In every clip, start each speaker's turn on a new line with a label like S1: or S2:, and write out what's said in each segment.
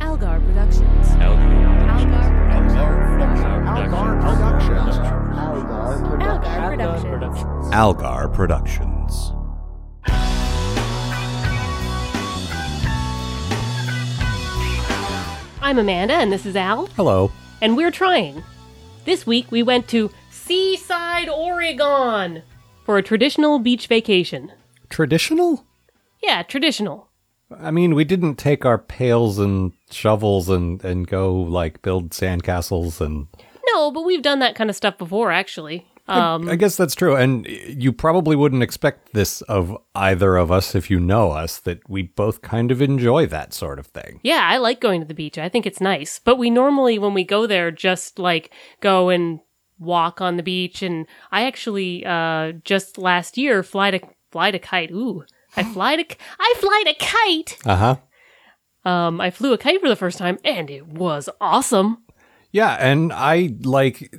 S1: Algar Productions.
S2: Algar.
S3: Algar Productions.
S1: Algar Productions.
S4: Algar Productions.
S1: I'm Amanda, and this is Al,
S4: Hello.
S1: and we're trying. This week we went to Seaside, Oregon for a traditional beach vacation.
S4: Traditional?
S1: Yeah, traditional.
S4: I mean, we didn't take our pails and shovels and, and go like build sandcastles and
S1: No, but we've done that kind of stuff before, actually. Um,
S4: I guess that's true. And you probably wouldn't expect this of either of us if you know us that we both kind of enjoy that sort of thing.
S1: yeah, I like going to the beach. I think it's nice. But we normally, when we go there, just like go and walk on the beach. And I actually uh, just last year fly to fly to kite. Ooh, I fly to k- I fly to kite.
S4: Uh-huh.
S1: Um, I flew a kite for the first time, and it was awesome.
S4: Yeah, and I like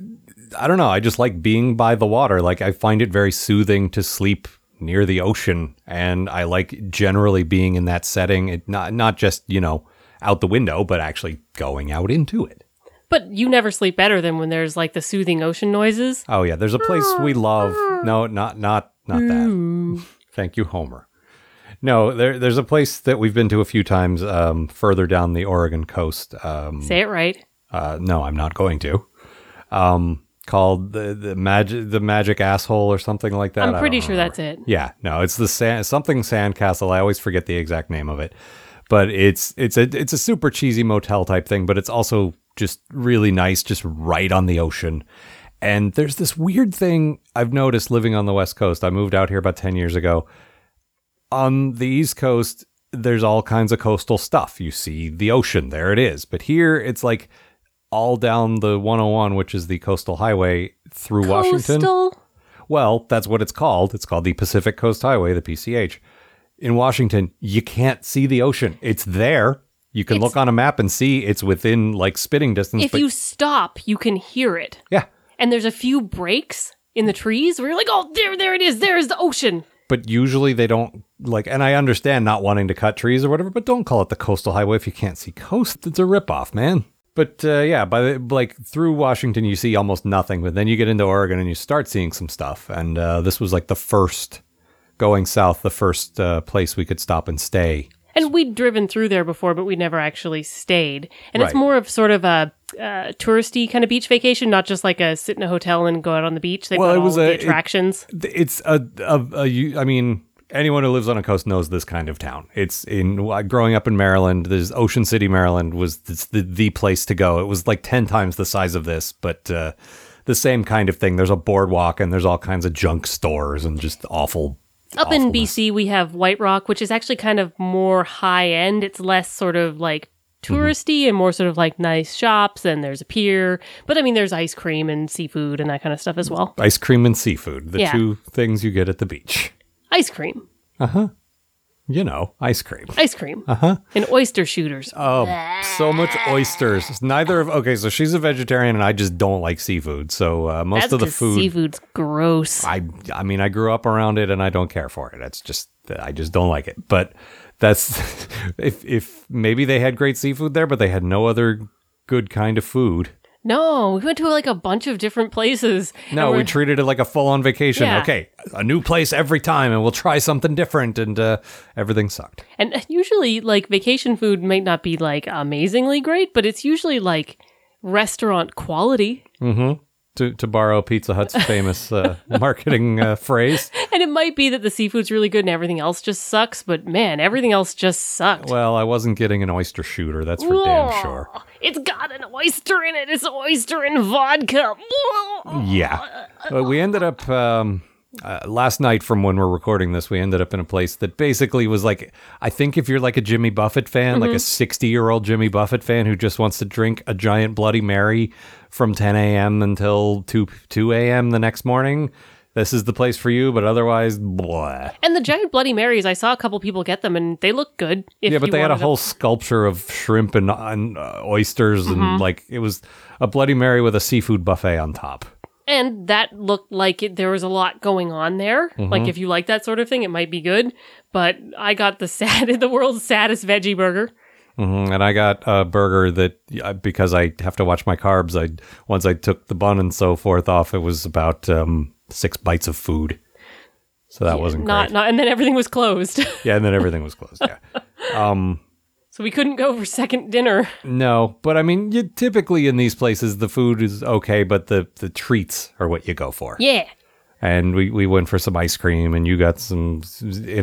S4: I don't know, I just like being by the water. Like I find it very soothing to sleep near the ocean and I like generally being in that setting. It not not just, you know, out the window, but actually going out into it.
S1: But you never sleep better than when there's like the soothing ocean noises.
S4: Oh yeah, there's a place we love. No, not not not
S1: Hmm.
S4: that. Thank you, Homer. No, there, there's a place that we've been to a few times um, further down the Oregon coast. Um,
S1: Say it right.
S4: uh, no, I'm not going to. Um, called the the magic the magic asshole or something like that. I
S1: I'm
S4: don't
S1: pretty sure
S4: remember.
S1: that's it.
S4: Yeah, no, it's the sand, something sandcastle. I always forget the exact name of it, but it's it's a it's a super cheesy motel type thing, but it's also just really nice, just right on the ocean. And there's this weird thing I've noticed living on the West Coast. I moved out here about ten years ago. On the East Coast, there's all kinds of coastal stuff. You see the ocean, there it is. But here, it's like all down the 101, which is the coastal highway through Washington.
S1: Coastal.
S4: Well, that's what it's called. It's called the Pacific Coast Highway, the PCH. In Washington, you can't see the ocean. It's there. You can look on a map and see it's within like spitting distance.
S1: If
S4: but-
S1: you stop, you can hear it.
S4: yeah,
S1: And there's a few breaks in the trees where you're like, oh, there, there it is. There is the ocean.
S4: but usually they don't like. And I understand not wanting to cut trees or whatever, but don't call it the coastal highway if you can't see coast. It's a ripoff, man. But uh, yeah, by the, like through Washington, you see almost nothing. But then you get into Oregon and you start seeing some stuff. And uh, this was like the first going south, the first uh, place we could stop and stay.
S1: And we'd driven through there before, but we never actually stayed. And it's
S4: Right.
S1: more of sort of a uh, touristy kind of beach vacation, not just like a sit in a hotel and go out on the beach. They
S4: Well,
S1: got
S4: it
S1: all
S4: was
S1: of
S4: a-
S1: the
S4: it-
S1: attractions.
S4: it's a, a, a you- I mean, anyone who lives on a coast knows this kind of town. It's in growing up in Maryland. There's Ocean City, Maryland was the, the, the place to go. It was like ten times the size of this, but uh, the same kind of thing. There's a boardwalk and there's all kinds of junk stores and just awful.
S1: Up in
S4: awfulness.
S1: BC, we have White Rock, which is actually kind of more high end. It's less sort of like
S4: Mm-hmm.
S1: touristy and more sort of like nice shops, and there's a pier. But I mean, there's ice cream and seafood and that kind of stuff as well.
S4: Ice cream and seafood, the
S1: Yeah.
S4: two things you get at the beach.
S1: Ice cream.
S4: You know, ice cream.
S1: Ice cream. Uh
S4: Uh-huh.
S1: huh. And oyster shooters.
S4: Oh, So much oysters. Neither of okay, so she's a vegetarian and I just don't like seafood. So uh, most
S1: That's
S4: of the
S1: 'cause
S4: food
S1: Seafood's gross.
S4: I I mean I grew up around it and I don't care for it. That's just I just don't like it. But that's if if maybe they had great seafood there, but they had no other good kind of food.
S1: No, we went to like a bunch of different places.
S4: No,
S1: and
S4: we
S1: we're-
S4: treated it like a full on vacation.
S1: Yeah.
S4: Okay, a new place every time, and we'll try something different. And uh, everything sucked.
S1: and usually like vacation food might not be like amazingly great, but it's usually like restaurant quality.
S4: To to borrow Pizza Hut's famous uh, marketing uh, phrase.
S1: And it might be that the seafood's really good and everything else just sucks, but man, everything else just sucked.
S4: Well, I wasn't getting an oyster shooter. That's for damn
S1: Ugh.
S4: sure.
S1: It's got an oyster in it. It's oyster and vodka. Ugh.
S4: Yeah. But we ended up um, uh, last night from when we're recording this, we ended up in a place that basically was like, I think if you're like a Jimmy Buffett fan, like
S1: Mm-hmm.
S4: a 60 year old Jimmy Buffett fan who just wants to drink a giant Bloody Mary from 10 a.m. until 2, 2 a.m. the next morning, this is the place for you. But otherwise, blah.
S1: And the giant Bloody Marys, I saw a couple people get them and they look good. If
S4: yeah, but
S1: you
S4: they had a
S1: wanted
S4: whole sculpture of shrimp and, and uh, oysters,
S1: Mm-hmm.
S4: and like it was a Bloody Mary with a seafood buffet on top.
S1: and that looked like it, there was a lot going on there. Like
S4: Mm-hmm.
S1: if you like that sort of thing, it might be good. But I got the sad, the world's saddest veggie burger.
S4: hmm And I got a burger that yeah, because I have to watch my carbs. I once I took the bun and so forth off, it was about um, six bites of food. So that wasn't
S1: not
S4: great.
S1: not and then everything was closed.
S4: yeah, and then everything was closed. Yeah. um,
S1: so we couldn't go for second dinner.
S4: no, but I mean, you, typically in these places, the food is okay, but the the treats are what you go for.
S1: Yeah.
S4: And we we went for some ice cream, and you got some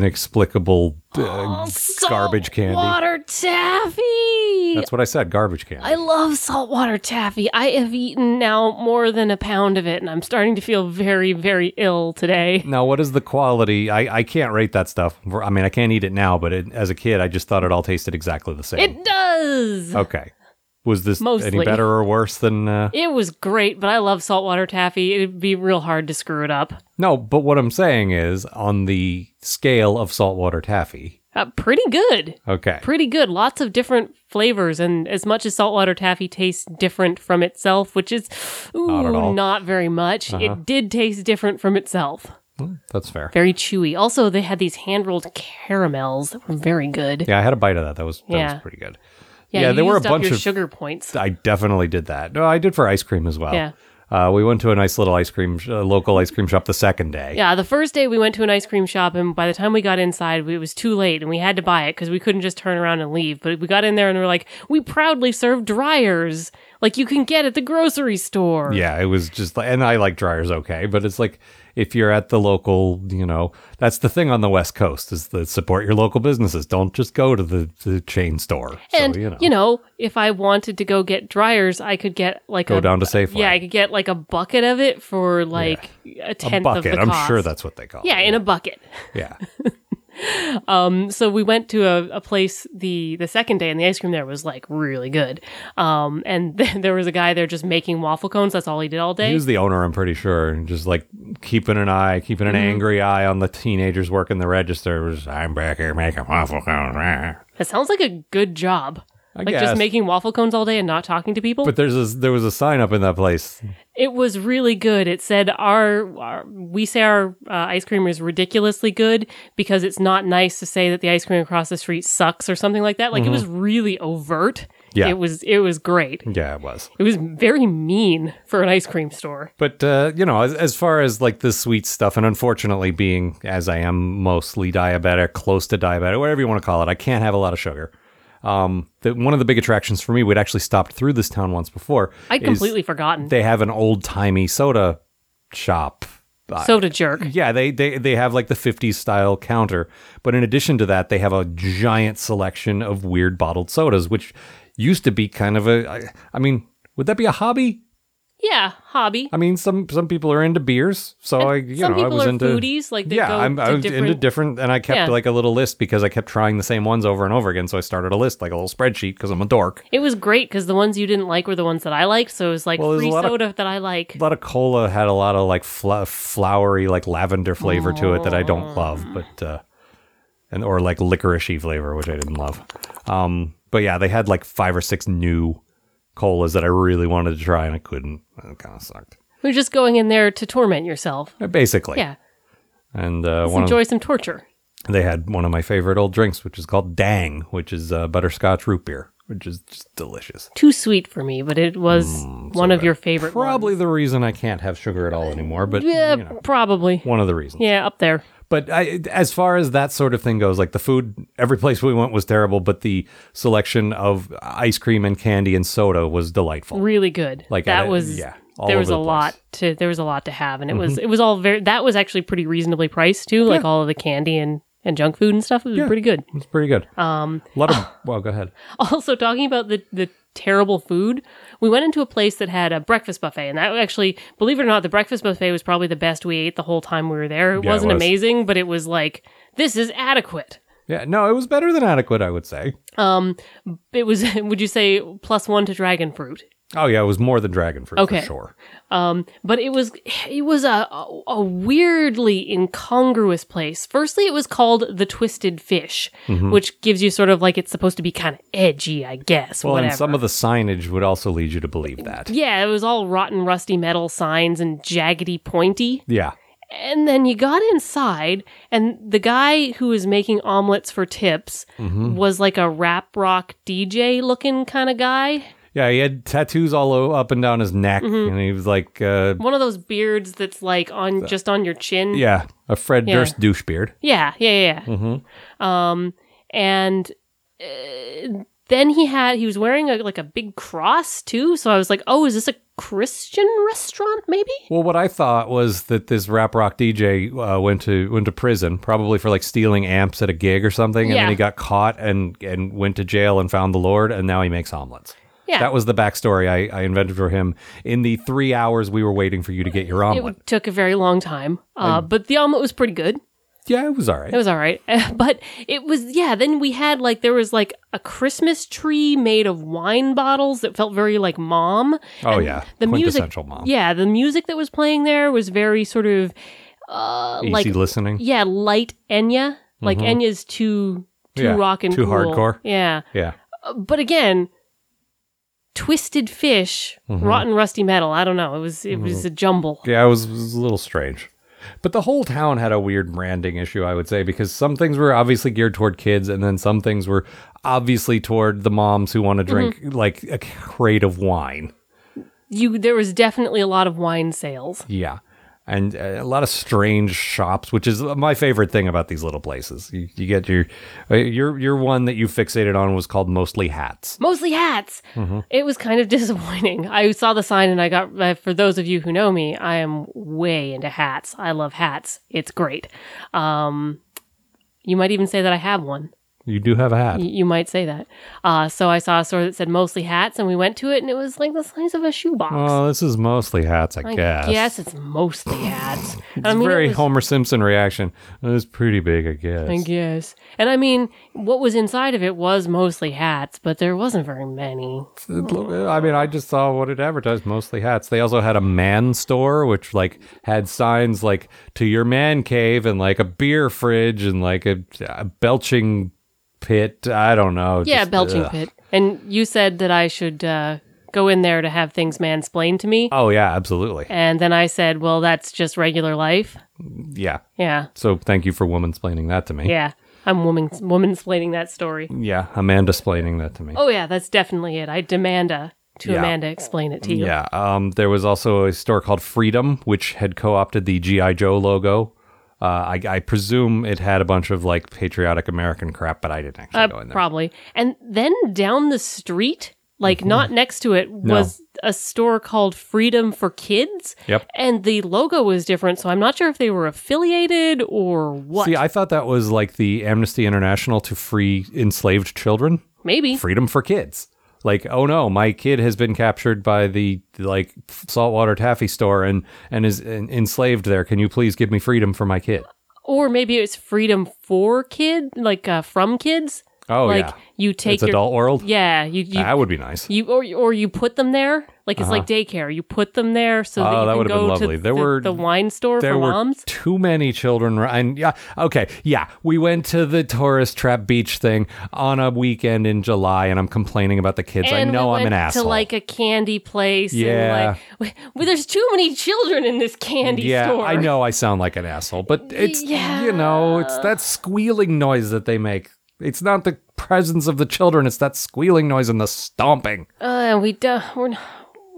S4: inexplicable
S1: Oh,
S4: uh, garbage candy.
S1: Water taffy.
S4: That's what I said, garbage candy.
S1: I love saltwater taffy. I have eaten now more than a pound of it, and I'm starting to feel very, very ill today.
S4: Now, what is the quality? I, I can't rate that stuff. For- I mean, I can't eat it now, but it, as a kid, I just thought it all tasted exactly the same.
S1: It does.
S4: okay. Was this any
S1: Mostly.
S4: better or worse than. Uh,
S1: It was great, but I love saltwater taffy. It'd be real hard to screw it up.
S4: no, but what I'm saying is on the scale of saltwater taffy.
S1: Uh, pretty good.
S4: Okay.
S1: Pretty good. Lots of different flavors, and as much as saltwater taffy tastes different from itself, which is ooh,
S4: Not
S1: not,
S4: at all. Uh-huh.
S1: very much, it did taste different from itself.
S4: That's fair.
S1: Very chewy. Also, they had these hand rolled caramels that were very good.
S4: Yeah, I had a bite of that. That was, that
S1: Yeah.
S4: was pretty good.
S1: Yeah,
S4: Yeah,
S1: you
S4: there were a
S1: used up
S4: bunch
S1: your
S4: of-
S1: sugar points.
S4: I definitely did that. No, I did for ice cream as well.
S1: Yeah.
S4: Uh, we went to a nice little ice cream, sh- uh, local ice cream shop the second day.
S1: Yeah, the first day we went to an ice cream shop, and by the time we got inside, we- it was too late, and we had to buy it because we couldn't just turn around and leave. But we got in there, and we were like, "We proudly serve dryers, like you can get at the grocery store."
S4: Yeah, it was just like, and I like dryers okay, but it's like if you're at the local, you know, that's the thing on the West Coast is the support your local businesses. Don't just go to the, the chain store.
S1: and
S4: so, you know,
S1: if I wanted to go get dryers, I could get like
S4: go
S1: a
S4: down to Safeway.
S1: yeah, I could get like a bucket of it for like a
S4: a
S1: tenth
S4: bucket.
S1: of the
S4: I'm
S1: cost.
S4: sure that's what they call
S1: yeah,
S4: it.
S1: in a bucket. Um,
S4: Yeah.
S1: so we went to a, a place the the second day and the ice cream there was like really good um and th- there was a guy there just making waffle cones that's all he did all
S4: He
S1: day
S4: was the owner, I'm pretty sure. And just like keeping an eye, keeping an
S1: Mm-hmm.
S4: angry eye on the teenagers working the register. It Was, I'm back here making waffle cones.
S1: that sounds like a good job
S4: I
S1: like
S4: guess.
S1: just making waffle cones all day and not talking to people
S4: But there's a, there was a sign up in that place.
S1: it was really good it said our, our we say our uh, ice cream is ridiculously good because it's not nice to say that the ice cream across the street sucks or something like that like it was really overt
S4: Mm-hmm. Yeah.
S1: it was it was great
S4: Yeah, it was.
S1: it was very mean for an ice cream store
S4: But uh, you know, as, as far as like the sweet stuff, and unfortunately, being as I am mostly diabetic, close to diabetic, whatever you want to call it, I can't have a lot of sugar. Um, the, one of the big attractions for me, we'd actually stopped through this town once before.
S1: i'd
S4: is
S1: completely forgotten
S4: They have an old timey soda shop. Uh,
S1: soda jerk
S4: yeah, they, they they have like the 50s style counter, but in addition to that, they have a giant selection of weird bottled sodas, which used to be kind of a. I, I mean, would that be a hobby?
S1: Yeah, hobby.
S4: I mean, some some people are into beers, so I you
S1: Some
S4: know I
S1: people
S4: was
S1: are
S4: into
S1: foodies, like they
S4: yeah,
S1: go
S4: I'm
S1: to
S4: I was
S1: different.
S4: into different, and I kept
S1: Yeah.
S4: like a little list because I kept trying the same ones over and over again. So I started a list, like a little spreadsheet, because I'm a dork.
S1: it was great because the ones you didn't like were the ones that I liked, so it was like
S4: Well, there's a
S1: free
S4: lot of-
S1: soda that I like.
S4: A lot of cola had a lot of like fla flowery, like lavender flavor to it that I don't love, but uh, and or like licoricey flavor, which I didn't love. Um, but yeah, they had like five or six new colas that I really wanted to try, and I couldn't. It kind of sucked,
S1: You're just going in there to torment yourself.
S4: basically.
S1: Yeah,
S4: And uh, one of
S1: enjoy some torture.
S4: they had one of my favorite old drinks, which is called Dang, which is uh, butterscotch root beer, which is just delicious.
S1: Too sweet for me, but it was one of your favorite.
S4: Mm, Probably
S1: ones.
S4: the reason I can't have sugar at all anymore, but
S1: Yeah,
S4: you know,
S1: probably.
S4: one of the reasons.
S1: Yeah, up there.
S4: But I, as far as that sort of thing goes, like the food, every place we went was terrible, but the selection of ice cream and candy and soda was delightful.
S1: Really good.
S4: Like,
S1: that
S4: I-
S1: was.
S4: yeah, all
S1: there was
S4: over
S1: a
S4: the place. Mm-hmm.
S1: lot to. There was a lot to have, and it was. It was all very. That was actually pretty reasonably priced too. Like all of the candy and and junk food and stuff. It was pretty good.
S4: It's pretty good. Um, a lot
S1: uh,
S4: of well, go ahead.
S1: also talking about the the terrible food we went into a place that had a breakfast buffet and that actually believe it or not the breakfast buffet was probably the best we ate the whole time we were there it
S4: Yeah, it
S1: wasn't
S4: was.
S1: amazing but it was like this is adequate
S4: Yeah, no, it was better than adequate, I would say.
S1: it was would you say plus one to dragon fruit
S4: Oh yeah, it was more than dragon fruit
S1: Okay.
S4: for sure.
S1: but it was it was a a weirdly incongruous place. Firstly, it was called the Twisted Fish,
S4: Mm-hmm.
S1: which gives you sort of like it's supposed to be kind of edgy, I guess.
S4: Well,
S1: whatever.
S4: and some of the signage would also lead you to believe that.
S1: yeah, it was all rotten, rusty metal signs and jaggedy, pointy.
S4: Yeah.
S1: And then you got inside, and the guy who was making omelets for tips
S4: Mm-hmm.
S1: was like a rap rock DJ looking kind of guy.
S4: Yeah, he had tattoos all o- up and down his neck,
S1: Mm-hmm.
S4: and he was like, uh,
S1: One of those beards that's like on just on your chin.
S4: yeah, a Fred
S1: Yeah.
S4: Durst douche beard.
S1: Yeah, yeah, yeah. yeah.
S4: Mm-hmm.
S1: Um, and uh, then he had he was wearing a, like a big cross too. So I was like, oh, is this a Christian restaurant? Maybe.
S4: Well, what I thought was that this rap rock DJ uh, went to went to prison, probably for like stealing amps at a gig or something, and
S1: Yeah.
S4: then he got caught and and went to jail and found the Lord, and now he makes omelets.
S1: Yeah.
S4: That was the backstory I, I invented for him in the three hours we were waiting for you to get your omelet. Mm.
S1: It took a very long time, uh, but the omelet was pretty good.
S4: yeah, it was all right.
S1: It was all right, but it was yeah. Then we had like there was like a Christmas tree made of wine bottles that felt very like mom.
S4: oh
S1: And
S4: yeah,
S1: the music.
S4: quintessential mom.
S1: Yeah, the music that was playing there was very sort of uh,
S4: Easy
S1: like
S4: listening.
S1: yeah, light Enya. Like Enya's too too
S4: Mm-hmm. Yeah,
S1: rock and
S4: too
S1: cool.
S4: hardcore.
S1: Yeah,
S4: Yeah.
S1: Uh, but again, twisted fish,
S4: Mm-hmm.
S1: rotten rusty metal. I don't know. It was it was a jumble.
S4: Yeah, it was, it was a little strange. But the whole town had a weird branding issue, I would say, because some things were obviously geared toward kids, and then some things were obviously toward the moms who want to drink
S1: Mm-hmm.
S4: like a crate of wine.
S1: You there was definitely a lot of wine sales.
S4: Yeah. And uh, a lot of strange shops, which is my favorite thing about these little places. You, you get your, uh, your your one that you fixated on was called mostly hats.
S1: Mostly hats.
S4: Mm-hmm.
S1: It was kind of disappointing. I saw the sign and I got, uh, for those of you who know me, I am way into hats. I love hats. It's great. Um, you might even say that I have one.
S4: You do have a hat.
S1: Y- You might say that. Uh, so I saw a store that said mostly hats, and we went to it, and it was like the size of a shoebox.
S4: Oh, this is mostly hats, I,
S1: I
S4: guess.
S1: guess it's mostly hats.
S4: It's
S1: I mean, it
S4: very
S1: was-
S4: Homer Simpson reaction. It's pretty big, I guess.
S1: I guess. And I mean, what was inside of it was mostly hats, but there wasn't very many.
S4: I mean, I just saw what it advertised mostly hats. They also had a man store, which like had signs like to your man cave and like a beer fridge and like a, a belching pit. I don't know.
S1: Yeah,
S4: just,
S1: belching
S4: ugh.
S1: pit. And you said that I should uh, go in there to have things mansplained to me.
S4: Oh, yeah, absolutely.
S1: And then I said, well, that's just regular life.
S4: Yeah.
S1: Yeah.
S4: So thank you for woman explaining that to me.
S1: Yeah. I'm woman womansplaining that story.
S4: Yeah, Amanda explaining that to me.
S1: Oh, yeah, that's definitely it. I demand a, to
S4: Yeah.
S1: Amanda explain it to you.
S4: Yeah. Um, there was also a store called Freedom, which had co opted the G.I. Joe logo. Uh, I, I presume it had a bunch of like patriotic American crap, but I didn't actually
S1: Uh,
S4: go in there.
S1: probably. And then down the street, like
S4: Mm-hmm.
S1: not next to it, was a store called Freedom for Kids.
S4: Yep.
S1: And the logo was different, so I'm not sure if they were affiliated or what.
S4: See, I thought that was like the Amnesty International to free enslaved children,
S1: Maybe.
S4: freedom for kids. Like, oh no, my kid has been captured by the like saltwater taffy store and and is en- enslaved there. Can you please give me freedom for my kid?
S1: or maybe it's freedom for kid, like uh, from kids.
S4: Oh
S1: like
S4: yeah,
S1: you take
S4: it's
S1: your
S4: adult world.
S1: yeah, you you,
S4: that would be nice.
S1: you or or you put them there. Like it's like daycare. You put them there so
S4: Oh, that
S1: that you
S4: would've
S1: can
S4: been
S1: go
S4: lovely.
S1: to
S4: There
S1: the,
S4: were-
S1: the wine store
S4: There
S1: for
S4: were
S1: moms.
S4: too many children, ri- and yeah, okay, yeah. We went to the tourist trap beach thing on a weekend in July, and I'm complaining about the kids.
S1: and
S4: I know
S1: we
S4: I'm
S1: went
S4: an asshole.
S1: to like a candy place.
S4: Yeah.
S1: and like, well, there's too many children in this candy
S4: yeah,
S1: store.
S4: I know I sound like an asshole, but it's
S1: Yeah.
S4: you know, it's that squealing noise that they make. It's not the presence of the children, it's that squealing noise and the stomping.
S1: Uh, we do, we're not,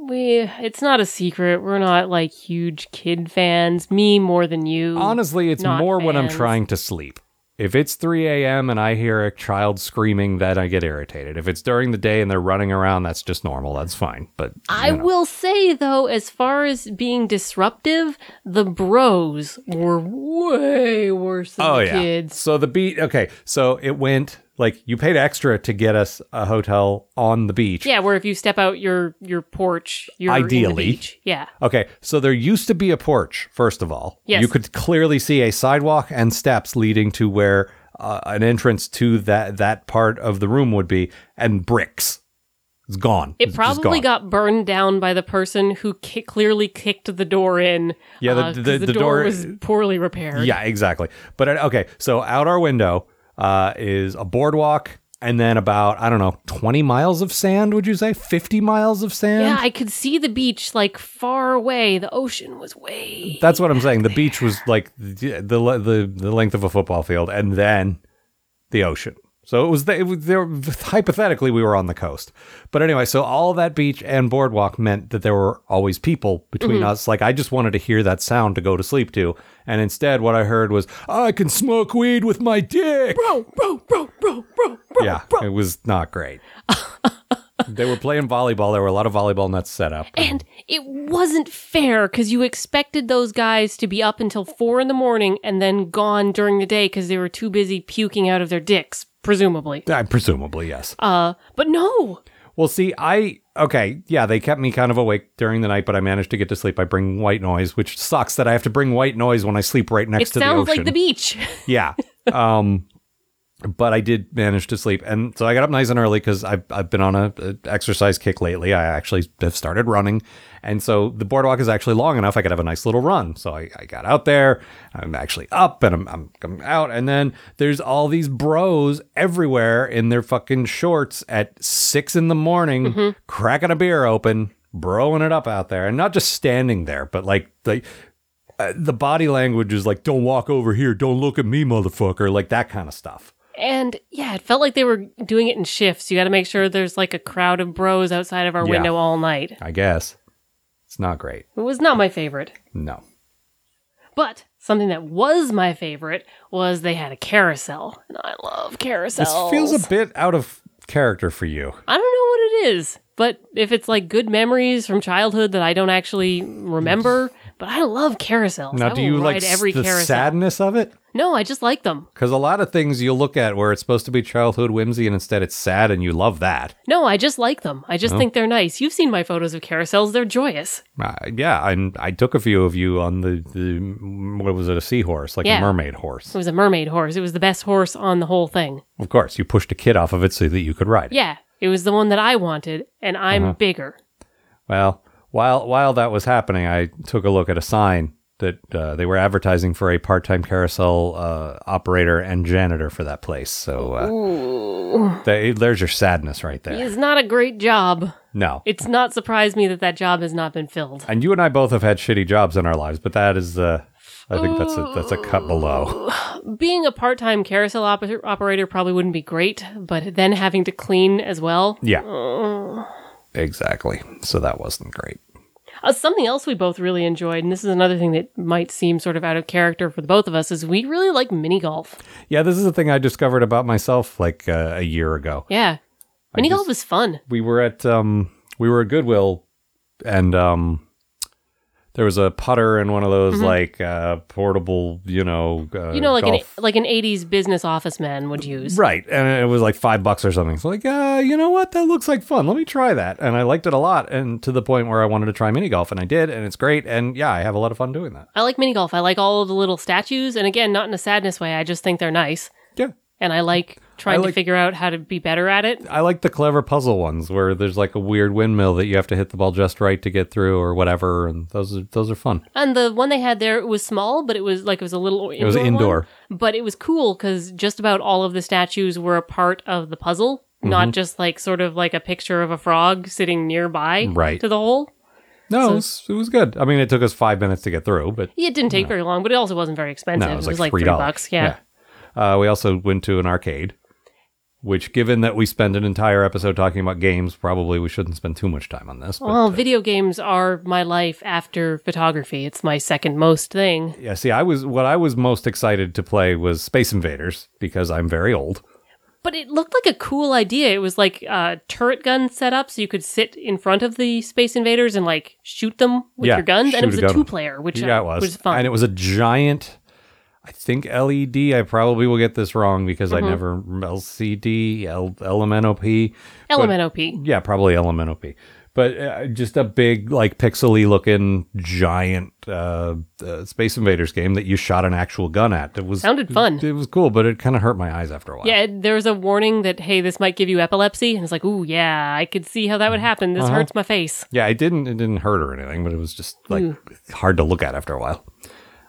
S1: we it's not a secret. We're not like huge kid fans. Me more than you.
S4: Honestly, it's
S1: Not
S4: more when I'm
S1: fans.
S4: trying to sleep. If it's 3 a.m. and I hear a child screaming, then I get irritated. If it's during the day and they're running around, that's just normal. That's fine. But
S1: I will say though, as far as being disruptive, the bros were way worse than
S4: Oh,
S1: the kids.
S4: So the beat. Okay, so it went like you paid extra to get us a hotel on the beach.
S1: Yeah, where if you step out your your porch, you're in the
S4: Ideally.
S1: beach. Yeah,
S4: Okay, so there used to be a porch, first of all.
S1: Yes.
S4: You could clearly see a sidewalk and steps leading to where uh, an entrance to that, that part of the room would be, and bricks. It's gone.
S1: it
S4: It's just
S1: probably
S4: gone.
S1: got burned down by the person who ki- clearly kicked the door in.
S4: Yeah, the-
S1: uh, 'cause
S4: the-
S1: the,
S4: the
S1: door,
S4: door-
S1: was poorly repaired.
S4: Yeah, exactly. But uh, okay, so out our window uh, is a boardwalk and then about I don't know, twenty miles of sand. Would you say fifty miles of sand?
S1: Yeah, I could see the beach like far away. The ocean was way.
S4: That's what I'm saying. The beach was like the, the le- the the length of a football field, and then the ocean. So it was, the, it was there. Hypothetically, we were on the coast, but anyway. So all that beach and boardwalk meant that there were always people between
S1: Mm-hmm.
S4: us. Like I just wanted to hear that sound to go to sleep to, and instead, what I heard was, "I can smoke weed with my dick."
S1: bro, bro, bro, bro, bro, bro.
S4: yeah, it was not great. they were playing volleyball. There were a lot of volleyball nets set up.
S1: And it wasn't fair because you expected those guys to be up until four in the morning and then gone during the day because they were too busy puking out of their dicks, presumably.
S4: Uh, presumably, yes.
S1: Uh, but no,
S4: Well, see, I okay, yeah, they kept me kind of awake during the night, but I managed to get to sleep. I bring white noise, which sucks that I have to bring white noise when I sleep right
S1: it
S4: next to the
S1: sounds
S4: ocean.
S1: like the beach.
S4: yeah. Um, but I did manage to sleep, and so I got up nice and early because I've I've been on a, a exercise kick lately. I actually have started running, and so the boardwalk is actually long enough. I could have a nice little run. So I, I got out there. I'm actually up, and I'm, I'm I'm out, and then there's all these bros everywhere in their fucking shorts at six in the morning, cracking a beer open, broing it up out there, and not just standing there, but like like uh, the body language is like, don't walk over here, don't look at me, motherfucker, like that kind of stuff.
S1: And yeah, it felt like they were doing it in shifts. You got to make sure there's like a crowd of bros outside of our
S4: Yeah.
S1: window all night.
S4: I guess. It's not great.
S1: It was not my favorite.
S4: No.
S1: But something that was my favorite was they had a carousel. And I love
S4: This
S1: carousels.
S4: feels a bit out of character for you.
S1: I don't know what it is, but if it's like good memories from childhood that I don't actually remember, but I love carousels. I
S4: Now, do
S1: will
S4: you
S1: ride
S4: like
S1: every
S4: the
S1: carousel?
S4: sadness of it?
S1: no, I just like them.
S4: Because a lot of things you'll look at where it's supposed to be childhood whimsy and instead it's sad and you love that.
S1: No, I just like them. I
S4: Oh.
S1: just think they're nice. You've seen my photos of carousels; they're joyous.
S4: Uh, yeah, and I took a few of you on the, the what was it, a seahorse, like a
S1: Yeah.
S4: mermaid horse.
S1: It was a mermaid horse. It was the best horse on the whole thing.
S4: Of course, you pushed a kid off of it so that you could ride it.
S1: Yeah, it was the one that I wanted, and I'm
S4: Uh-huh.
S1: bigger.
S4: Well, while while that was happening, I took a look at a sign that uh, they were advertising for a part-time carousel uh, operator and janitor for that place. So uh,
S1: Ooh,
S4: they, there's your sadness right there.
S1: it's not a great job.
S4: No.
S1: It's not surprised me that that job has not been filled.
S4: and you and I both have had shitty jobs in our lives, but that is uh, I think that's a that's a cut below.
S1: being a part-time carousel op- operator probably wouldn't be great, but then having to clean as well.
S4: Yeah. Exactly. So that wasn't great.
S1: Uh, something else we both really enjoyed, and this is another thing that might seem sort of out of character for the both of us, is we really like mini golf.
S4: Yeah, this is a thing I discovered about myself like uh, a year ago.
S1: Yeah, mini golf is fun.
S4: we were at um we were at Goodwill and um there was a putter and one of those like uh portable, you know, uh,
S1: Mm-hmm. You know, like
S4: golf-
S1: an like an '80s business office man would use.
S4: Right, and it was like five bucks or something. So like, uh, you know what? That looks like fun. Let me try that, and I liked it a lot, and to the point where I wanted to try mini golf, and I did, and it's great, and yeah, I have a lot of fun doing that.
S1: I like mini golf. I like all of the little statues, and again, not in a sadness way. I just think they're nice,
S4: Yeah,
S1: and I like trying to
S4: like-
S1: figure out how to be better at it.
S4: I like the clever puzzle ones where there's like a weird windmill that you have to hit the ball just right to get through or whatever, and those are those are fun.
S1: And the one they had there it was small, but it was like it was a little. Indoor
S4: was indoor.
S1: one, but it was cool because just about all of the statues were a part of the puzzle,
S4: Mm-hmm.
S1: not just like sort of like a picture of a frog sitting nearby
S4: Right.
S1: to the hole.
S4: No, it, was, it was good. I mean, it took us five minutes to get through, but
S1: Yeah, It didn't take very long, but it also wasn't very expensive.
S4: No, it was like,
S1: three
S4: three
S1: bucks. Yeah.
S4: Yeah. Uh, we also went to an arcade, which, given that we spend an entire episode talking about games, probably we shouldn't spend too much time on this. But, uh,
S1: Well, video games are my life after photography. It's my second most thing.
S4: yeah. See, I was what I was most excited to play was Space Invaders because I'm very old.
S1: But it looked like a cool idea. It was like a turret gun setup, so you could sit in front of the space invaders and like shoot them with
S4: Yeah,
S1: your guns. And
S4: shoot
S1: it was
S4: a
S1: a
S4: gun.
S1: two player, which
S4: yeah,
S1: uh,
S4: it was.
S1: fun.
S4: And it was a giant. I think LED. I probably will get this wrong because
S1: Mm-hmm.
S4: I never LCD L, LMNOP.
S1: Element OP.
S4: yeah, probably LMNOP. But uh, just a big, like, pixely looking giant uh, uh, Space Invaders game that you shot an actual gun at. It was
S1: Sounded fun.
S4: It, was cool, but it kind of hurt my eyes after a while.
S1: Yeah, it- there was a warning that hey, this might give you epilepsy, and it's like, ooh, yeah, I could see how that would happen.
S4: Uh-huh.
S1: This hurts my face. Hmm.
S4: yeah. It didn't, it didn't hurt or anything, but it was just like hard to look at after a while.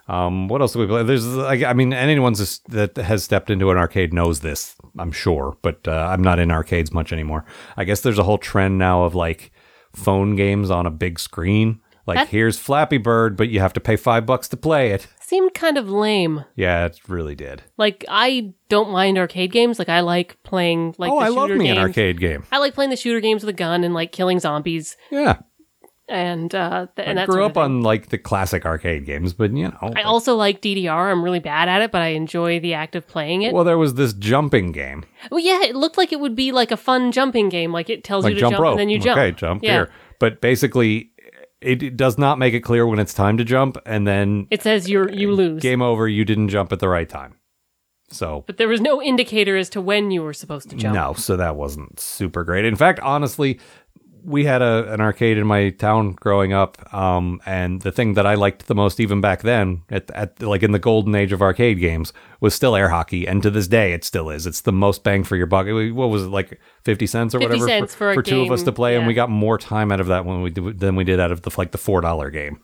S4: Um, what else do we play? There's, I, I mean, anyone that has stepped into an arcade knows this, I'm sure, but uh, I'm not in arcades much anymore. I guess there's a whole trend now of like phone games on a big screen. Like
S1: That-
S4: here's Flappy Bird, but you have to pay five bucks to play it.
S1: Seemed kind of lame.
S4: Yeah, it really did.
S1: Like I don't mind arcade games. Like I like playing like
S4: oh,
S1: the
S4: I
S1: shooter
S4: love me
S1: games.
S4: an arcade game.
S1: I like playing the shooter games with a gun and like killing zombies
S4: Yeah,
S1: and uh th- and
S4: I
S1: that
S4: grew
S1: sort of
S4: up on like the classic arcade games, but you know,
S1: thing. I also like DDR. I'm really bad at it, but I enjoy the act of playing it.
S4: well, there was this jumping game.
S1: Well, yeah, it looked like it would be like a fun jumping game. Like it tells you
S4: like
S1: to
S4: jump,
S1: jump,
S4: rope.
S1: and then you jump.
S4: Okay, jump
S1: Yeah.
S4: here. But basically, it, it does not make it clear when it's time to jump, and then
S1: It says you're you lose,
S4: game over. You didn't jump at the right time, so
S1: but there was no indicator as to when you were supposed to jump.
S4: no. So that wasn't super great. In fact, honestly. We had a, an arcade in my town growing up, um, and the thing that I liked the most, even back then, at, at like in the golden age of arcade games, was still air hockey, and to this day, it still is. It's the most bang for your buck. It- What was it like, fifty cents or
S1: 50
S4: whatever
S1: cents for a
S4: two of us
S1: game,
S4: to play, and
S1: yeah.
S4: we got more time out of that when we do, than we did out of the like the four dollar game.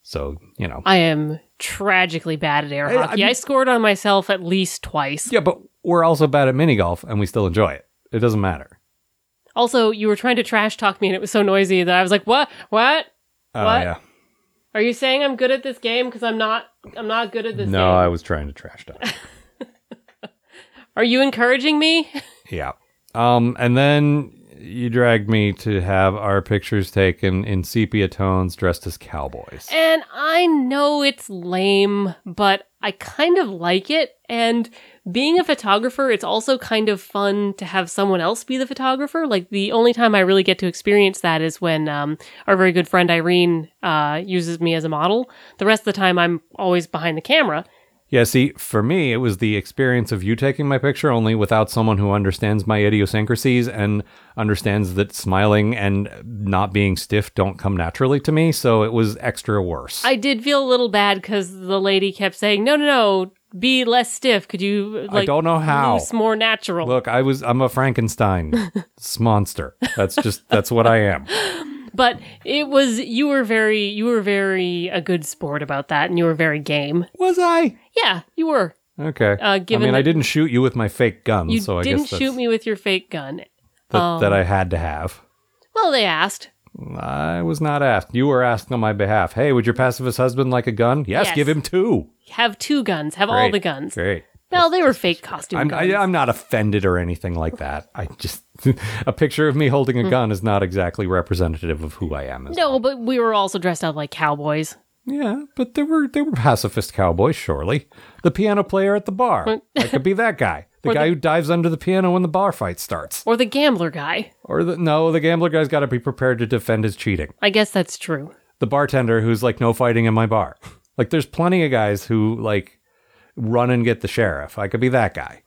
S4: So you know,
S1: I am tragically bad at air
S4: I- I
S1: hockey. I,
S4: mean-
S1: scored on myself at least twice.
S4: yeah, but we're also bad at mini golf, and we still enjoy it. It doesn't matter.
S1: Also, you were trying to trash talk me, and it was so noisy that I was like, "What? What?
S4: Oh
S1: What?
S4: yeah,
S1: Are you saying I'm good at this game? Because I'm not. I'm not good at this
S4: no,
S1: game.
S4: I was trying to trash talk.
S1: Are you encouraging me?
S4: Yeah. Um, and then you dragged me to have our pictures taken in sepia tones dressed as cowboys.
S1: And I know it's lame, but I kind of like it. And being a photographer, it's also kind of fun to have someone else be the photographer. Like the only time I really get to experience that is when um, our very good friend Irene uh, uses me as a model. The rest of the time, I'm always behind the camera.
S4: Yeah, see, for me, it was the experience of you taking my picture only without someone who understands my idiosyncrasies and understands that smiling and not being stiff don't come naturally to me. So it was extra worse.
S1: I did feel a little bad because the lady kept saying, "No, no, no, be less stiff. Could you like
S4: don't know how."
S1: loose, more natural?"
S4: Look, I was I'm a Frankenstein s- monster. That's just that's what I am.
S1: But it was you were very you were very a good sport about that, and you were very game.
S4: Was I?
S1: Yeah, you were.
S4: Okay.
S1: Uh, given
S4: I mean, I
S1: that-
S4: didn't shoot you with my fake gun,
S1: You
S4: so I
S1: didn't
S4: guess that's
S1: shoot me with your fake gun.
S4: that,
S1: Um.
S4: that I had to have.
S1: Well, they asked.
S4: I was not asked. You were asked on my behalf. Hey, would your pacifist husband like a gun? Yes,
S1: Yes.
S4: give him two.
S1: Have two guns. Have all
S4: Great.
S1: the guns.
S4: Great.
S1: Well, they were fake costume
S4: I'm,
S1: guns.
S4: I, I'm not offended or anything like that. I just a picture of me holding a gun is not exactly representative of who I am. As
S1: Mm. no, but we were also dressed up like cowboys.
S4: Yeah, but there were there were pacifist cowboys. Surely, the piano player at the bar. I could be that guy, the guy who dives under the piano when the bar fight starts.
S1: Or the gambler guy.
S4: Or the, no, the gambler guy's got to be prepared to defend his cheating.
S1: I guess that's true.
S4: the bartender who's like no fighting in my bar. Like there's plenty of guys who like run and get the sheriff. I could be that guy.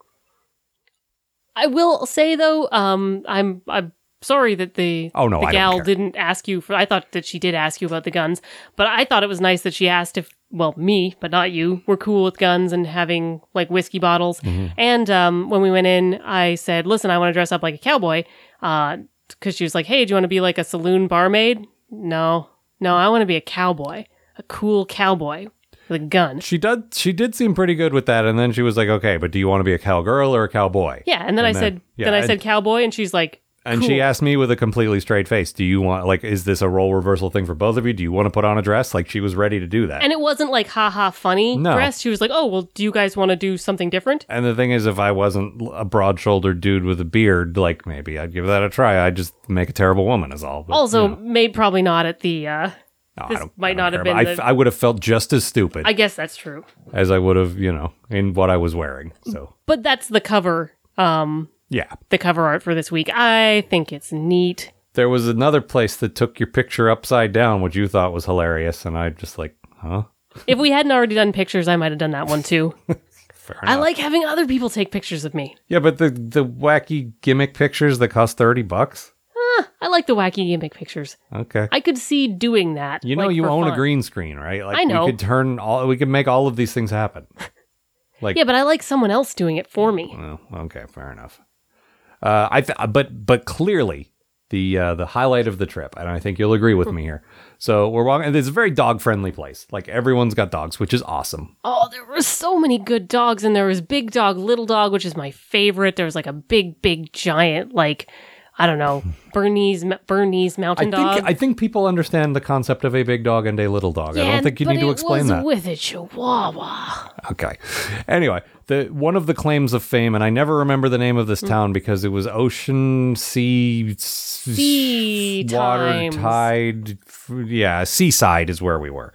S1: I will say though, um, I'm I'm sorry that the
S4: Oh, no,
S1: the
S4: I don't
S1: gal
S4: care.
S1: didn't ask you for. I thought that she did ask you about the guns, but I thought it was nice that she asked if well me, but not you, were cool with guns and having like whiskey bottles.
S4: Mm-hmm.
S1: And um, when we went in, I said, "Listen, I want to dress up like a cowboy," because she was like, "Hey, do you want to be like a saloon barmaid?" No, no, I want to be a cowboy, a cool cowboy with a gun.
S4: She did she did seem pretty good with that and then she was like, "Okay, but do you want to be a cowgirl or a cowboy?"
S1: Yeah, and then I
S4: then-
S1: said,
S4: yeah,
S1: then I
S4: and-
S1: said cowboy, and she's like.
S4: And she
S1: cool.
S4: asked me with a completely straight face, "Do you want like is this a role reversal thing for both of you? Do you want to put on a dress?" Like she was ready to do that.
S1: And it wasn't like ha ha funny
S4: No.
S1: dress. She was like, oh, well, do you guys want to do something different?
S4: And the thing is, if I wasn't l- a broad-shouldered dude with a beard, like maybe I'd give that a try. I'd just make a terrible woman, is all. But,
S1: Also,
S4: you know,
S1: made probably not at the. uh
S4: no, I
S1: this
S4: don't- I
S1: might
S4: don't
S1: not have
S4: care about-
S1: been
S4: I f-
S1: the-
S4: I would have felt just as stupid.
S1: I guess that's true,
S4: as I would have, you know, in what I was wearing. So,
S1: but that's the cover. Um,
S4: yeah.
S1: the cover art for this week. I think it's neat.
S4: There was another place that took your picture upside down, which you thought was hilarious. And I just like, huh?
S1: If we hadn't already done pictures, I might have done that one too.
S4: Fair
S1: I
S4: enough.
S1: like having other people take pictures of me.
S4: yeah, but the, the wacky gimmick pictures that cost 30 bucks?
S1: I like the wacky gimmick pictures.
S4: Okay.
S1: I could see doing that.
S4: you know,
S1: like,
S4: you
S1: for
S4: own a
S1: fun.
S4: green screen, right? Like,
S1: I know.
S4: We could turn all, we could make all of these things happen. like-
S1: Yeah, but I like someone else doing it for me.
S4: Well, okay, fair enough. Uh, I th- but but clearly the uh, the highlight of the trip, and I think you'll agree with me here. So we're walking, and it's a very dog friendly place. Like everyone's got dogs, which is awesome.
S1: Oh, there were so many good dogs, and there was Big Dog, Little Dog, which is my favorite. There was like a big, big, giant, like I don't know, Bernese Bernese
S4: I
S1: Mountain
S4: think
S1: Dog.
S4: I think people understand the concept of a big dog and a little dog. I
S1: Yeah,
S4: don't think you
S1: but
S4: need to
S1: it
S4: explain
S1: was
S4: that. Hmm.
S1: with a Chihuahua.
S4: Okay. Anyway, the one of the claims of fame, and I never remember the name of
S1: Mm.
S4: this town because it was ocean, sea,
S1: Sea
S4: sea water,
S1: times.
S4: tide. f- Yeah, seaside is where we were,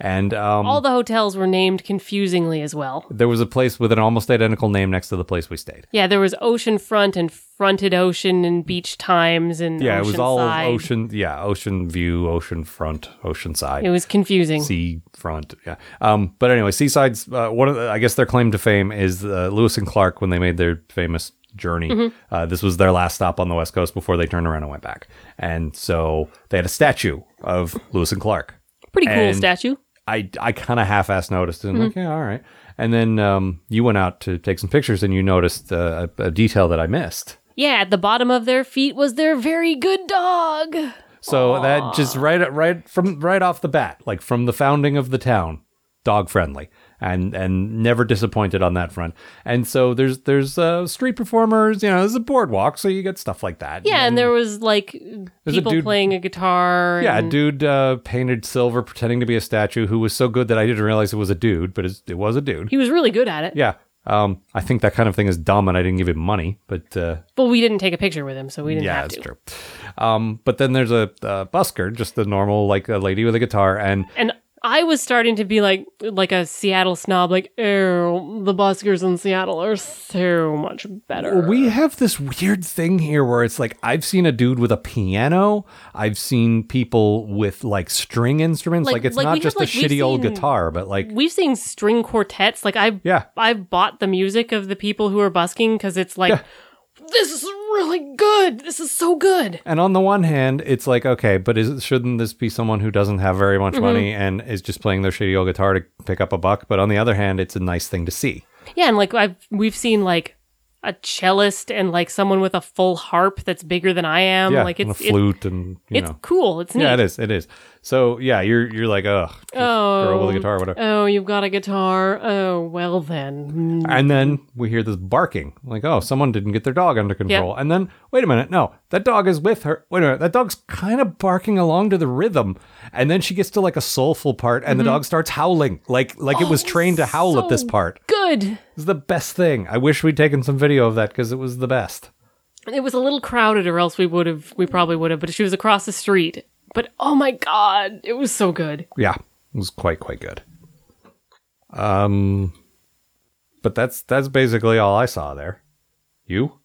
S4: and um,
S1: All the hotels were named confusingly as well.
S4: there was a place with an almost identical name next to the place we stayed.
S1: Yeah, there was Ocean Front and Fronted Ocean and Beach Times and
S4: Yeah, it was all
S1: Oceanside.
S4: ocean. Yeah, ocean view, ocean front, ocean side.
S1: It was confusing.
S4: sea front. Yeah. Um, but anyway, Seaside's uh, one of the, I guess their claim to fame is uh, Lewis and Clark when they made their famous journey. Uh, this was their last stop on the West Coast before they turned around and went back. And so they had a statue of Lewis and Clark.
S1: Pretty cool
S4: and-
S1: statue.
S4: I, I kind of half ass noticed it. and like, yeah, all right. And then um, you went out to take some pictures and you noticed uh, a, a detail that I missed.
S1: Yeah, at the bottom of their feet was their very good dog.
S4: So that just right right from right off the bat, like from the founding of the town, dog friendly and and never disappointed on that front. And so there's there's uh, street performers, you know, there's a boardwalk, so you get stuff like that.
S1: Yeah, and there was like
S4: a
S1: people
S4: dude-
S1: playing a guitar.
S4: yeah, a
S1: and-
S4: dude uh, painted silver pretending to be a statue who was so good that I didn't realize it was a dude, but it's, it was a dude.
S1: he was really good at it.
S4: Yeah. Um, I think that kind of thing is dumb, and I didn't give him money, but uh,
S1: But we didn't take a picture with him, so we didn't
S4: yeah,
S1: have
S4: that's
S1: to.
S4: true. Um, but then there's a uh, busker, just the normal like a lady with a guitar, and
S1: And I was starting to be like like a Seattle snob, like, oh, the buskers in Seattle are so much better.
S4: Well, we have this weird thing here where it's like I've seen a dude with a piano. I've seen people with like string instruments. Like,
S1: Like-
S4: it's
S1: like,
S4: not
S1: we
S4: just
S1: have,
S4: a
S1: like,
S4: shitty
S1: we've
S4: old
S1: seen-
S4: guitar, but like
S1: We've seen string quartets. Like I,
S4: Yeah.
S1: I bought the music of the people who are busking because it's like, this is really good. This is so good.
S4: and on the one hand, it's like okay, but is shouldn't this be someone who doesn't have very
S1: Mm-hmm.
S4: much money and is just playing their shitty old guitar to pick up a buck? But on the other hand, it's a nice thing to see.
S1: Yeah, and like I've we've seen like a cellist and like someone with a full harp that's bigger than I am.
S4: yeah,
S1: like
S4: and
S1: it's
S4: a
S1: it-
S4: flute and you
S1: it's
S4: know.
S1: cool. It's neat.
S4: Yeah, it is. It is. So yeah, you're you're like, ugh, just girl with a
S1: Oh.
S4: guitar, whatever.
S1: Oh, you've got a guitar. Oh, well then.
S4: And then we hear this barking, like, oh, someone didn't get their dog under control. And then, wait a minute, no, that dog is with her. Wait a minute, that dog's kind of barking along to the rhythm. And then she gets to like a soulful part, and the dog starts howling, like like it was trained to howl at this
S1: so
S4: part.
S1: Good.
S4: It's the best thing. I wish we'd taken some video of that because it was the best.
S1: It was a little crowded, or else we would have. We probably would have. But she was across the street. But oh my god, it was so good.
S4: Yeah, it was quite quite good. Um, but that's that's basically all I saw there. You?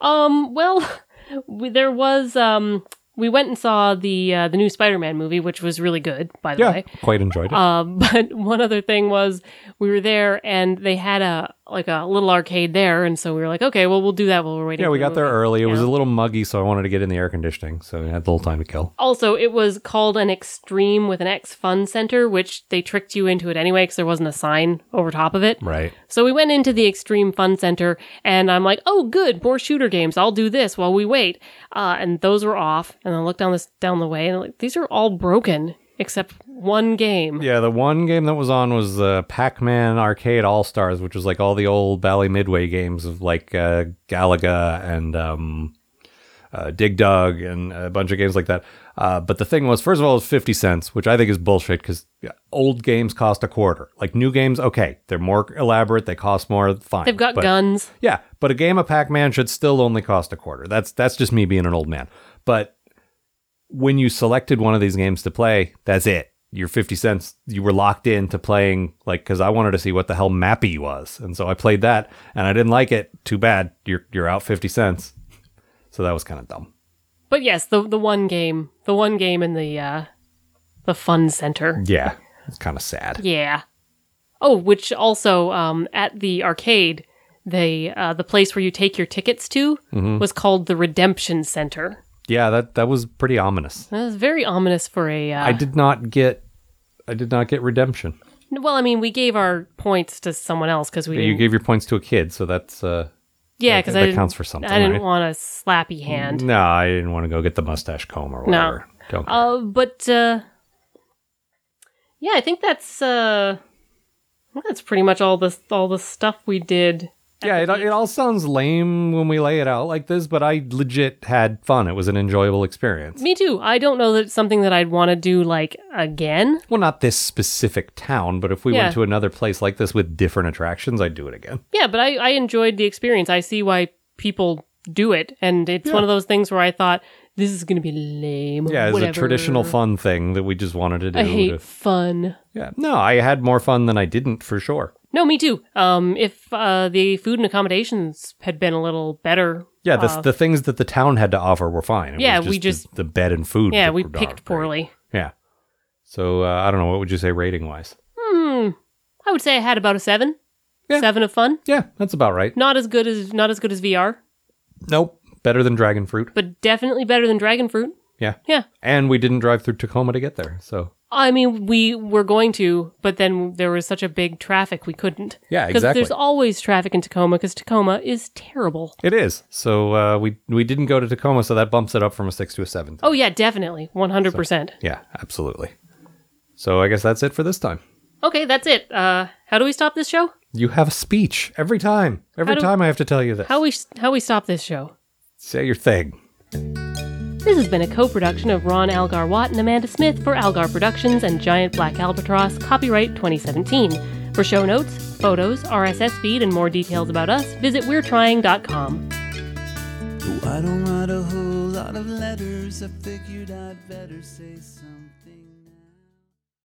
S1: Um, well, we, there was um we went and saw the uh, the new Spider-Man movie, which was really good, by the
S4: Yeah,
S1: way.
S4: quite enjoyed it.
S1: Um, but one other thing was we were there and they had a like a little arcade there, and so we were like, okay, well we'll do that while we're waiting.
S4: Yeah,
S1: for
S4: we
S1: the
S4: got there
S1: movie.
S4: early. It was
S1: Yeah.
S4: a little muggy, so I wanted to get in the air conditioning, so we had a little time to kill.
S1: Also, it was called an Extreme with an X Fun Center, which they tricked you into it anyway because there wasn't a sign over top of it.
S4: Right.
S1: So we went into the Extreme Fun Center, and I'm like, "Oh, good, more shooter games. I'll do this while we wait." Uh, and those were off. And I looked down this down the way, and I'm like, these are all broken except one game.
S4: Yeah, the one game that was on was uh, Pac-Man Arcade All Stars, which was like all the old Bally Midway games of like uh, Galaga and um, uh, Dig Dug and a bunch of games like that. Uh, but the thing was, first of all, it was fifty cents, which I think is bullshit because old games cost a quarter. Like new games, okay, they're more elaborate, they cost more. Fine,
S1: They've got
S4: But-
S1: guns.
S4: Yeah, but a game of Pac-Man should still only cost a quarter. That's that's just me being an old man. But when you selected one of these games to play, that's it. Your 50 cents, you were locked into playing like cuz I wanted to see what the hell Mappy was. And so I played that and I didn't like it. Too bad. You're you're out 50 cents. So that was kind of dumb.
S1: But yes, the the one game, the one game in the uh, the Fun Center.
S4: Yeah. It's kind of sad.
S1: Yeah. Oh, which also um, at the arcade, they uh, the place where you take your tickets to
S4: Mm-hmm.
S1: was called the Redemption Center.
S4: Yeah, that that was pretty ominous.
S1: That was very ominous for a. Uh,
S4: I did not get I did not get redemption.
S1: well, I mean, we gave our points to someone else because we
S4: You
S1: didn't,
S4: gave your points to a kid, so that's uh
S1: Yeah,
S4: That-
S1: because
S4: that
S1: I didn't,
S4: counts for something,
S1: I didn't
S4: right?
S1: want a slappy hand.
S4: No, I didn't want to go get the mustache comb or
S1: No.
S4: whatever. Don't care.
S1: Uh, but uh, yeah, I think that's uh, I think that's pretty much all this all the stuff we did.
S4: yeah, it, it all sounds lame when we lay it out like this, but I legit had fun. It was an enjoyable experience.
S1: Me too. I don't know that it's something that I'd want to do like again.
S4: Well, not this specific town, but if we
S1: Yeah.
S4: went to another place like this with different attractions, I'd do it again.
S1: Yeah, but I, I enjoyed the experience. I see why people do it, and it's one of those things where I thought this is going to be lame.
S4: Yeah, it's a
S1: whatever.
S4: traditional fun thing that we just wanted to do.
S1: I hate
S4: to-
S1: fun.
S4: yeah, no, I had more fun than I didn't for sure.
S1: No, me too. Um, if uh, the food and accommodations had been a little better,
S4: Yeah, the,
S1: uh,
S4: the things that the town had to offer were fine. It
S1: Yeah,
S4: was
S1: we
S4: the, the bed and food.
S1: yeah,
S4: that
S1: we
S4: were
S1: picked
S4: not great.
S1: poorly.
S4: Yeah, so uh, I don't know. What would you say rating wise?
S1: Hmm, I would say I had about a seven,
S4: Yeah.
S1: seven of fun.
S4: Yeah, that's about right.
S1: Not as good as not as good as VR,
S4: Nope, better than dragon fruit.
S1: but definitely better than Dragon Fruit.
S4: Yeah,
S1: Yeah,
S4: and we didn't drive through Tacoma to get there. So
S1: I mean, we were going to, but then there was such a big traffic we couldn't.
S4: Yeah,
S1: there's
S4: exactly.
S1: always traffic in Tacoma because Tacoma is terrible.
S4: it is. So uh, we we didn't go to Tacoma, so that bumps it up from a six to a seven.
S1: Oh yeah, definitely, 100%.
S4: Yeah, absolutely. So I guess that's it for this time.
S1: Okay, that's it. Uh, how do we stop this show?
S4: You have a speech every time. Every
S1: do-
S4: time I have to tell you this.
S1: How we how we stop this show?
S4: Say your thing.
S1: This has been a co-production of Ron Algar Watt and Amanda Smith for Algar Productions and Giant Black Albatross, copyright 2017. For show notes, photos, RSS feed, and more details about us, visit we'retrying.com.
S2: Oh, I don't write a whole lot of letters. I figured I'd better say something.